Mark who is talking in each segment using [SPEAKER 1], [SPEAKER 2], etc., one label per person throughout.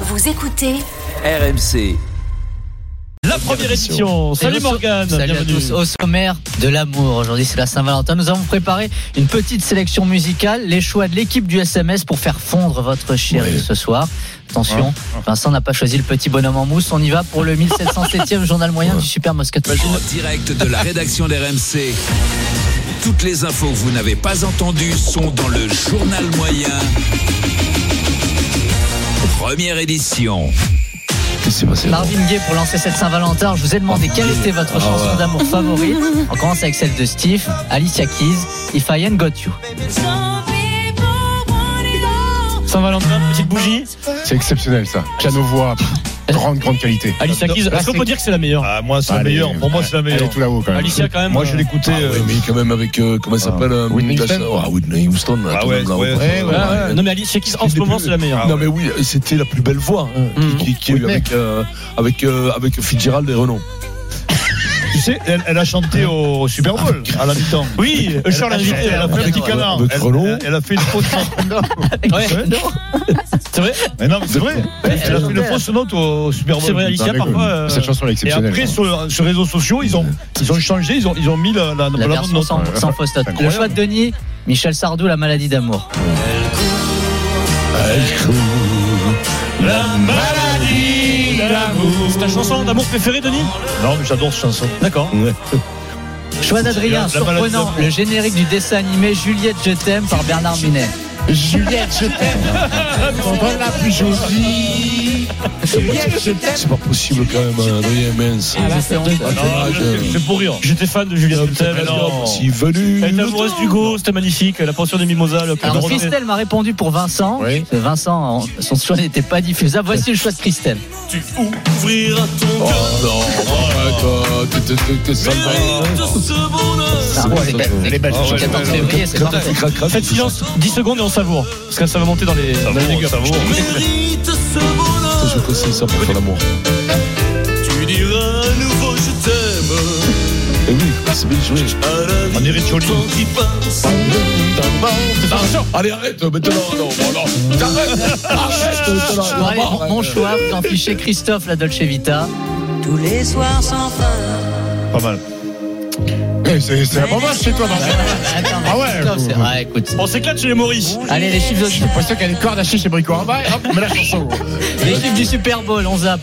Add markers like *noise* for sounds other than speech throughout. [SPEAKER 1] Vous écoutez
[SPEAKER 2] RMC.
[SPEAKER 3] La première édition. Salut
[SPEAKER 4] Et au so-
[SPEAKER 3] Morgane,
[SPEAKER 4] Salut
[SPEAKER 3] bienvenue.
[SPEAKER 4] à tous. Au sommaire de l'amour, aujourd'hui c'est la Saint-Valentin. Nous avons préparé une petite sélection musicale, les choix de l'équipe du SMS pour faire fondre votre chérie ce soir. Attention,
[SPEAKER 3] Ah.
[SPEAKER 4] Vincent n'a pas choisi le petit bonhomme en mousse. On y va pour le
[SPEAKER 3] *laughs*
[SPEAKER 4] 1707e journal moyen du Super Moscato.
[SPEAKER 2] En direct de la rédaction d'RMC. Toutes les infos que vous n'avez pas entendues sont dans le journal moyen. Première édition.
[SPEAKER 4] Marvin Gaye pour lancer cette Saint-Valentin. Je vous ai
[SPEAKER 3] Ah,
[SPEAKER 4] demandé quelle était votre chanson d'amour favorite. On commence avec celle de Steve, Alicia Keys, If I Ain't Got You.
[SPEAKER 3] Saint-Valentin, petite bougie.
[SPEAKER 5] Ah,
[SPEAKER 6] C'est exceptionnel ça. Piano voix, grande grande qualité.
[SPEAKER 3] Alicia Keys, est-ce qu'on peut dire que c'est la meilleure
[SPEAKER 5] Ah, moi, c'est la
[SPEAKER 6] Allez,
[SPEAKER 5] meilleure. bah, Pour moi, c'est la
[SPEAKER 6] Elle est
[SPEAKER 5] meilleure.
[SPEAKER 6] tout là-haut quand même.
[SPEAKER 3] Alicia, quand même.
[SPEAKER 5] Moi, je vais l'écouter.
[SPEAKER 7] Ah ouais, mais quand même avec euh, comment ça s'appelle euh,
[SPEAKER 6] Whitney
[SPEAKER 7] la-
[SPEAKER 6] Houston
[SPEAKER 7] Ah, Whitney Houston. là,
[SPEAKER 5] Ah
[SPEAKER 7] tout
[SPEAKER 5] ouais,
[SPEAKER 7] le monde l'a
[SPEAKER 5] ouais,
[SPEAKER 7] repris.
[SPEAKER 5] ouais,
[SPEAKER 3] Ah, Ouais, ouais. Non, mais Alicia Keys, en ce
[SPEAKER 7] Début.
[SPEAKER 3] moment, c'est la
[SPEAKER 5] Ah,
[SPEAKER 3] meilleure.
[SPEAKER 7] Non mais oui, et c'était la plus belle voix hein, qui-
[SPEAKER 3] Mhm.
[SPEAKER 7] qui, qui, a eu
[SPEAKER 6] Whitney.
[SPEAKER 7] avec euh, avec euh, avec Fitzgerald et Renaud.
[SPEAKER 5] Tu sais, elle, elle a chanté au Super Bowl à la mi-temps.
[SPEAKER 3] Oui, euh,
[SPEAKER 5] Elle,
[SPEAKER 3] Charles
[SPEAKER 5] a-
[SPEAKER 3] l'invité.
[SPEAKER 5] elle a
[SPEAKER 3] alors.
[SPEAKER 5] fait un petit canard.
[SPEAKER 7] Avec
[SPEAKER 5] Elle,
[SPEAKER 7] Renaud.
[SPEAKER 5] elle- elle a fait une fausse *laughs* note.
[SPEAKER 3] Ouais. C'est vrai
[SPEAKER 5] Mais non, mais *laughs* c'est vrai. Elle a fait une fausse note au Super Bowl.
[SPEAKER 3] C'est vrai, Alicia,
[SPEAKER 6] mais
[SPEAKER 3] parfois. euh,
[SPEAKER 6] Cette chanson elle
[SPEAKER 5] Et
[SPEAKER 6] est exceptionnelle.
[SPEAKER 5] après, sur, sur les réseaux sociaux, ils ont, ils ont changé, ils ont, ils ont mis la, la, la
[SPEAKER 4] La
[SPEAKER 5] bande
[SPEAKER 4] version
[SPEAKER 5] note.
[SPEAKER 4] sans, sans fausse note. Le choix de Denis, Michel Sardou, La maladie d'amour.
[SPEAKER 5] La maladie d'amour.
[SPEAKER 3] C'est ta chanson d'amour préférée, Denis
[SPEAKER 5] Non, mais j'adore cette chanson.
[SPEAKER 3] D'accord.
[SPEAKER 4] Choix d'Adrien,
[SPEAKER 5] La- la maladie
[SPEAKER 4] surprenant,
[SPEAKER 5] d'amour.
[SPEAKER 4] le générique du dessin animé Juliette Je t'aime par Bernard Minet.
[SPEAKER 6] Juliette, je t'aime. Pendant la plus jolie. Juliette, je t'aime.
[SPEAKER 7] C'est pas possible quand même, hein, Adrien Mince.
[SPEAKER 4] C'est honteux.
[SPEAKER 5] Ah, je- C'est pour rire.
[SPEAKER 3] J'étais fan de Julien Dutel.
[SPEAKER 5] non.
[SPEAKER 7] Si venu.
[SPEAKER 3] Elle était amoureuse d'Hugo, c'était magnifique. La pension des mimosas, le
[SPEAKER 4] Alors Christelle m'a répondu pour Vincent.
[SPEAKER 6] Oui.
[SPEAKER 4] Euh, Vincent, en- son choix n'était pas diffusable. Voici le choix de Christelle.
[SPEAKER 7] Oh non, arrête, euh, t'es- t'es- t'es- t'es sympa.
[SPEAKER 4] Ah,
[SPEAKER 7] bon,
[SPEAKER 4] c'est
[SPEAKER 7] ça,
[SPEAKER 4] belle-
[SPEAKER 7] ça.
[SPEAKER 4] c'est belle.
[SPEAKER 5] Ah ouais,
[SPEAKER 4] Le 14
[SPEAKER 5] ouais, ouais.
[SPEAKER 4] février, c'est parfait.
[SPEAKER 7] Crac, crac,
[SPEAKER 3] Faites silence 10 secondes et on savoure. Parce que ça va monter dans les
[SPEAKER 5] Ça
[SPEAKER 3] dans les
[SPEAKER 5] vaut,
[SPEAKER 3] légumes.
[SPEAKER 5] ça vaut.
[SPEAKER 7] Je conseille ça pour faire l'amour.
[SPEAKER 6] Eh
[SPEAKER 7] Tu diras à nouveau je t'aime. Et oui, c'est bien joué.
[SPEAKER 5] On dirait Jolie.
[SPEAKER 3] Ah,
[SPEAKER 5] Ah,
[SPEAKER 7] Allez, arrête maintenant. Non, bon, non. Arrête. Arrête. maintenant,
[SPEAKER 4] Bon, allez,
[SPEAKER 7] non,
[SPEAKER 4] mon- Mon choix, vous en fichez Christophe, la Dolce Vita.
[SPEAKER 8] Tous les soirs sans fin.
[SPEAKER 5] Pas mal.
[SPEAKER 6] Eh, C'est c'est la province chez toi. Vincent.
[SPEAKER 4] Attends,
[SPEAKER 6] Ah ouais.
[SPEAKER 4] Christophe, c'est- Ah, écoute.
[SPEAKER 3] On s'éclate chez les
[SPEAKER 5] Oh,
[SPEAKER 3] Maurice.
[SPEAKER 4] Allez, les chiffres,
[SPEAKER 6] Je suis pas sûr qu'elle ait cordes à chez Bricorama. et Hop, mais la chanson.
[SPEAKER 4] les chiffres du Super Bowl, on zappe.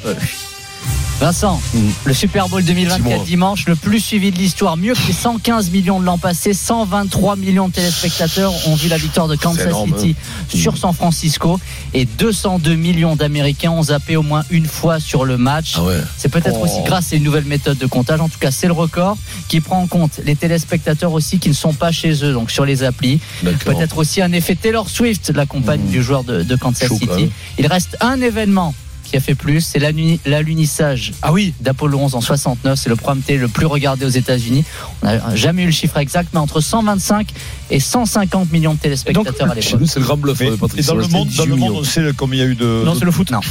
[SPEAKER 4] Vincent, le Super Bowl 2024 dimanche, le plus suivi de l'histoire, mieux que les 115 millions de l'an passé, 123 millions de téléspectateurs ont vu la victoire de Kansas
[SPEAKER 7] énorme,
[SPEAKER 4] City sur San Francisco et 202 millions d'Américains ont zappé au moins une fois sur le match.
[SPEAKER 7] Ah ouais. Oh.
[SPEAKER 4] C'est peut-être aussi grâce à une nouvelle méthode de comptage. En tout cas, c'est le record qui prend en compte les téléspectateurs aussi qui ne sont pas chez eux, donc sur les applis.
[SPEAKER 7] D'accord.
[SPEAKER 4] Peut-être aussi un effet Taylor Swift, la compagne du joueur de, de Kansas
[SPEAKER 7] Chaud, quand
[SPEAKER 4] City.
[SPEAKER 7] même.
[SPEAKER 4] Il reste un événement qui a fait plus, c'est l'anu- l'alunissage
[SPEAKER 3] Ah oui.
[SPEAKER 4] d'Apollo 11 en 69. C'est le programme télé le plus regardé aux États-Unis. On n'a jamais eu le chiffre exact, mais entre 125 et 150 millions de
[SPEAKER 5] donc,
[SPEAKER 4] téléspectateurs à
[SPEAKER 7] Chez
[SPEAKER 4] l'époque.
[SPEAKER 7] nous, c'est le grand bluff,
[SPEAKER 5] Mais
[SPEAKER 7] euh, Patrice.
[SPEAKER 5] dans le monde, dans le monde, on sait combien il y a eu de.
[SPEAKER 3] euh, Non, c'est le foot.
[SPEAKER 4] Non.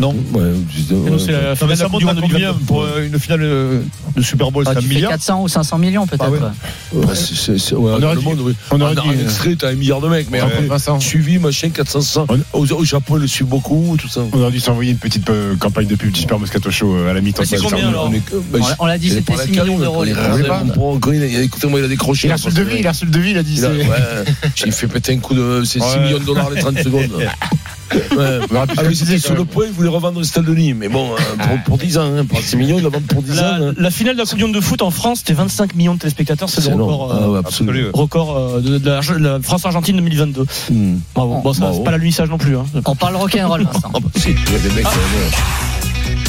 [SPEAKER 7] Non. Ouais, je-
[SPEAKER 3] Nous, c'est
[SPEAKER 7] ouais.
[SPEAKER 3] la
[SPEAKER 5] Non,
[SPEAKER 3] fin
[SPEAKER 5] mais
[SPEAKER 3] de la
[SPEAKER 5] ça
[SPEAKER 3] Coupe
[SPEAKER 5] monte
[SPEAKER 3] du
[SPEAKER 5] à
[SPEAKER 3] Monde
[SPEAKER 5] combien
[SPEAKER 3] 2022.
[SPEAKER 5] pour euh, une finale euh, de Super Bowl
[SPEAKER 4] Ah,
[SPEAKER 5] C'est un
[SPEAKER 4] tu fais
[SPEAKER 5] milliard
[SPEAKER 4] 400 ou 500 millions peut-être.
[SPEAKER 5] Ah ouais.
[SPEAKER 7] Ouais, c'est- c'est- c'est- ouais,
[SPEAKER 6] On
[SPEAKER 7] dans
[SPEAKER 6] aurait
[SPEAKER 7] le
[SPEAKER 6] dû-
[SPEAKER 7] monde, oui.
[SPEAKER 6] on euh, aurait
[SPEAKER 7] En- en
[SPEAKER 6] dû-
[SPEAKER 7] extrait, t'as un milliard de mecs, mais
[SPEAKER 6] Attends,
[SPEAKER 7] après,
[SPEAKER 6] Vincent.
[SPEAKER 7] suivi, machin, 400. Au, au Japon, ils le suivent beaucoup, tout ça.
[SPEAKER 6] On aurait dû s'envoyer une petite euh, campagne de pub du Super Moscato Show euh, à la mi-temps.
[SPEAKER 3] Mais c'est
[SPEAKER 6] Ça,
[SPEAKER 3] combien,
[SPEAKER 6] ça,
[SPEAKER 3] alors
[SPEAKER 7] On est que- bah,
[SPEAKER 4] On l'a- on l'a dit,
[SPEAKER 7] c'est
[SPEAKER 4] c'était
[SPEAKER 7] pour la
[SPEAKER 4] 6 millions
[SPEAKER 7] carrière,
[SPEAKER 4] d'euros.
[SPEAKER 7] on
[SPEAKER 4] les
[SPEAKER 7] est
[SPEAKER 4] gars.
[SPEAKER 6] on est
[SPEAKER 7] rasé,
[SPEAKER 6] pas.
[SPEAKER 7] on prend- quand il a- Écoutez-moi, il a décroché.
[SPEAKER 6] Il a
[SPEAKER 7] là,
[SPEAKER 6] reçu le
[SPEAKER 7] parce
[SPEAKER 6] devis,
[SPEAKER 7] que-
[SPEAKER 6] il a reçu le devis, il a dit.
[SPEAKER 7] il a-
[SPEAKER 6] c'est-
[SPEAKER 7] ouais, J'ai fait péter un coup de. C'est 6
[SPEAKER 5] Ouais.
[SPEAKER 7] millions de dollars les 30 secondes. Ouais.
[SPEAKER 6] On aurait pu
[SPEAKER 7] Ah,
[SPEAKER 6] le
[SPEAKER 7] mais
[SPEAKER 6] préciser,
[SPEAKER 7] c'était sur
[SPEAKER 6] quand
[SPEAKER 7] le
[SPEAKER 6] même.
[SPEAKER 7] point, il voulait revendre le stade de Nîmes. Mais bon, euh, pour, pour 10 ans, hein, pour 6 millions, il la vend pour 10
[SPEAKER 3] La,
[SPEAKER 7] ans. hein.
[SPEAKER 3] la finale de la Coupe du Monde de foot en France, c'était 25 millions de téléspectateurs. C'est le
[SPEAKER 7] énorme.
[SPEAKER 3] record,
[SPEAKER 7] Ah
[SPEAKER 3] euh,
[SPEAKER 7] ouais, absolument.
[SPEAKER 5] absolu.
[SPEAKER 3] record euh, de, de la, de la France-Argentine 2022.
[SPEAKER 7] Hmm.
[SPEAKER 3] Bravo. Bon, ça,
[SPEAKER 7] Bravo.
[SPEAKER 3] c'est pas l'alunissage non plus. Hein.
[SPEAKER 4] On parle rock'n'roll, Vincent.
[SPEAKER 7] *laughs* Ah, bah, si, il y a des mecs. euh,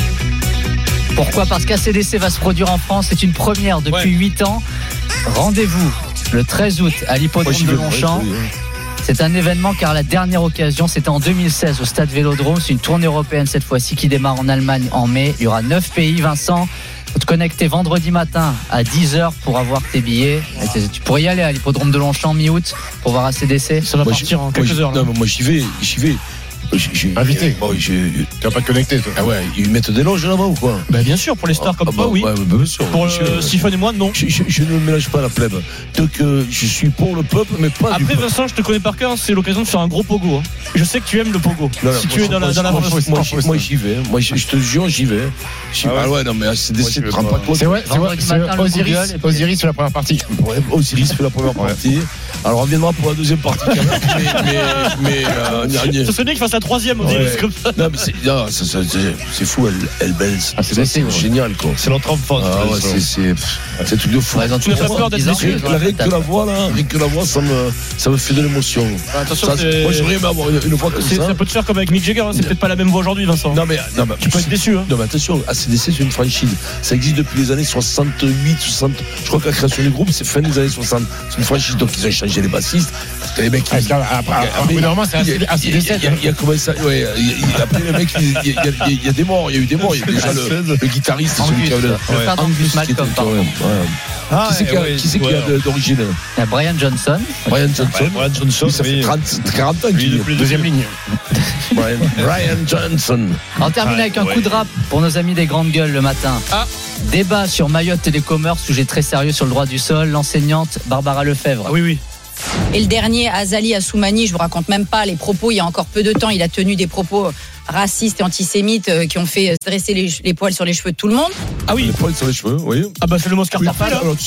[SPEAKER 4] Pourquoi Parce qu'ACDC va se produire en France. C'est une première depuis 8 ans. Rendez-vous le 13 août à l'hippodrome
[SPEAKER 7] moi, j'y
[SPEAKER 4] de
[SPEAKER 7] vais, ouais,
[SPEAKER 4] Longchamp.
[SPEAKER 7] je vais, hein.
[SPEAKER 4] C'est un événement car la dernière occasion, c'était en 2016 au stade Vélodrome. C'est une tournée européenne cette fois-ci qui démarre en Allemagne en mai. Il y aura 9 pays, Vincent. Faut te connecter vendredi matin à 10h pour avoir tes billets. Et t'es- Tu pourrais y aller à l'hippodrome de Longchamp mi-août pour voir ACDC.
[SPEAKER 3] Ça va
[SPEAKER 7] Moi,
[SPEAKER 3] partir en
[SPEAKER 7] Moi,
[SPEAKER 3] quelques
[SPEAKER 7] j'y-
[SPEAKER 3] heures. hein. là.
[SPEAKER 7] Non, mais moi j'y vais, j'y vais. J'ai- j'ai-
[SPEAKER 6] Invité.
[SPEAKER 7] euh, bon, j'ai-
[SPEAKER 6] Tu vas pas te connecter, toi.
[SPEAKER 7] Ah ouais, ils mettent des loges là-bas ou quoi
[SPEAKER 3] Bah, bien sûr, pour les stars comme
[SPEAKER 7] Ah bah,
[SPEAKER 3] toi, oui.
[SPEAKER 7] ouais, bah, bien sûr.
[SPEAKER 3] Pour
[SPEAKER 7] Je-
[SPEAKER 3] euh, Siphon et moi, non.
[SPEAKER 7] je, je- je ne mélange pas la plèbe. Donc euh, je suis pour le peuple, mais pas du
[SPEAKER 3] Après,
[SPEAKER 7] peuple.
[SPEAKER 3] Vincent, je te connais par cœur, c'est l'occasion de faire un gros pogo. hein. Je sais que tu aimes le pogo.
[SPEAKER 7] Non, non,
[SPEAKER 3] si
[SPEAKER 7] moi,
[SPEAKER 3] tu es
[SPEAKER 7] je-
[SPEAKER 3] dans la,
[SPEAKER 7] moi,
[SPEAKER 3] dans la
[SPEAKER 7] moi,
[SPEAKER 3] France.
[SPEAKER 7] moi, moi, moi, j'y vais. hein. Moi, je, je te jure, j'y vais. J'y-
[SPEAKER 5] Ah ouais
[SPEAKER 7] Ah ouais, non, mais c'est des
[SPEAKER 5] Moi, j'y
[SPEAKER 7] sites,
[SPEAKER 5] vais
[SPEAKER 7] tu te rends
[SPEAKER 5] pas.
[SPEAKER 7] pas compte.
[SPEAKER 6] C'est ouais, c'est ouais,
[SPEAKER 4] Vendredi
[SPEAKER 6] c'est
[SPEAKER 4] matin, le Google,
[SPEAKER 6] Osiris,
[SPEAKER 4] et puis-
[SPEAKER 6] Osiris sur la première partie.
[SPEAKER 7] Ouais, Osiris fait la première partie. Alors on reviendra pour la deuxième partie
[SPEAKER 6] *laughs*
[SPEAKER 7] quand même. mais mais, mais, euh, dernier.
[SPEAKER 3] Ça serait bien qu'il fasse la troisième au
[SPEAKER 7] Ouais.
[SPEAKER 3] début, comme ça.
[SPEAKER 7] Non, mais c'est, non, ça- ça- c'est- c'est fou, elle, elle belle.
[SPEAKER 6] Ah, c'est
[SPEAKER 7] Ça,
[SPEAKER 6] possible, ouais.
[SPEAKER 7] génial, quoi.
[SPEAKER 5] C'est notre enfance.
[SPEAKER 7] Ah ouais, c'est, c'est, c'est un truc de fou.
[SPEAKER 4] Ouais, dans tous
[SPEAKER 3] n'as
[SPEAKER 4] les
[SPEAKER 3] pas
[SPEAKER 4] sens,
[SPEAKER 3] peur d'être
[SPEAKER 4] dix ans,
[SPEAKER 3] déçu,
[SPEAKER 4] tu
[SPEAKER 7] Rien
[SPEAKER 4] vois,
[SPEAKER 7] rien que
[SPEAKER 4] t'as-
[SPEAKER 7] la voix, là, rien que la voix, ça me, ça me fait de l'émotion.
[SPEAKER 3] Bah, Attention,
[SPEAKER 7] Ça,
[SPEAKER 3] c'est-
[SPEAKER 7] moi, j'aurais aimé avoir une, une voix comme
[SPEAKER 3] c'est-
[SPEAKER 7] ça.
[SPEAKER 3] ça peut te faire comme avec Mick Jagger, hein, c'est peut-être pas la même voix aujourd'hui, Vincent.
[SPEAKER 7] Non, mais, non, mais,
[SPEAKER 3] Tu peux être déçu, hein.
[SPEAKER 7] Non, mais attention, ACDC, c'est une franchise. Ça existe depuis les années 68, 60. Je crois que la création du groupe, c'est fin des années 60. C'est une franchise, donc ils ont changé les bassistes. Parce que les mecs,
[SPEAKER 6] Ah,
[SPEAKER 7] ils-
[SPEAKER 6] c'est- Après, après, normalement, c'est
[SPEAKER 7] il y a-
[SPEAKER 6] assez- assez
[SPEAKER 7] il y a-
[SPEAKER 6] décès.
[SPEAKER 7] il y a-
[SPEAKER 5] hein.
[SPEAKER 7] il y a comment ça ouais, il y a- il y a- Après, les mecs, il y a- il y a- il y a- il y a des morts. Il y a eu des morts. Il y a déjà le,
[SPEAKER 5] *laughs*
[SPEAKER 7] le guitariste, c'est celui
[SPEAKER 4] Angus,
[SPEAKER 7] qui avait
[SPEAKER 4] le
[SPEAKER 7] le.
[SPEAKER 4] frère
[SPEAKER 7] Angus
[SPEAKER 4] d'Angus
[SPEAKER 7] qui était-
[SPEAKER 4] Malcolm, pardon.
[SPEAKER 7] ouais, ouais.
[SPEAKER 5] Ah,
[SPEAKER 7] Qui c'est qui a- qui c'est qui a de- d'origine
[SPEAKER 4] Il y a Brian Johnson.
[SPEAKER 7] Brian Johnson.
[SPEAKER 5] Brian Johnson,
[SPEAKER 7] Oui, ça fait
[SPEAKER 5] oui.
[SPEAKER 7] 30 40 ans
[SPEAKER 5] Lui,
[SPEAKER 7] qu'il y est.
[SPEAKER 5] depuis le
[SPEAKER 6] Deuxième ligne.
[SPEAKER 7] Brian, Brian Johnson.
[SPEAKER 4] On termine avec un coup de rap pour nos amis des grandes gueules le matin. Débat sur Mayotte et les commerces, sujet très sérieux sur le droit du sol. L'enseignante Barbara Lefebvre.
[SPEAKER 3] Ah oui, oui.
[SPEAKER 1] Et le dernier, Azali Assoumani, je vous raconte même pas les propos, il y a encore peu de temps, il a tenu des propos racistes et antisémites euh, qui ont fait euh, dresser les, les poils sur les cheveux de tout le monde.
[SPEAKER 3] Ah oui,
[SPEAKER 7] Les poils sur les cheveux, oui.
[SPEAKER 3] ah bah c'est le Moscar
[SPEAKER 7] Oui,
[SPEAKER 3] parfait, là.
[SPEAKER 7] alors, tu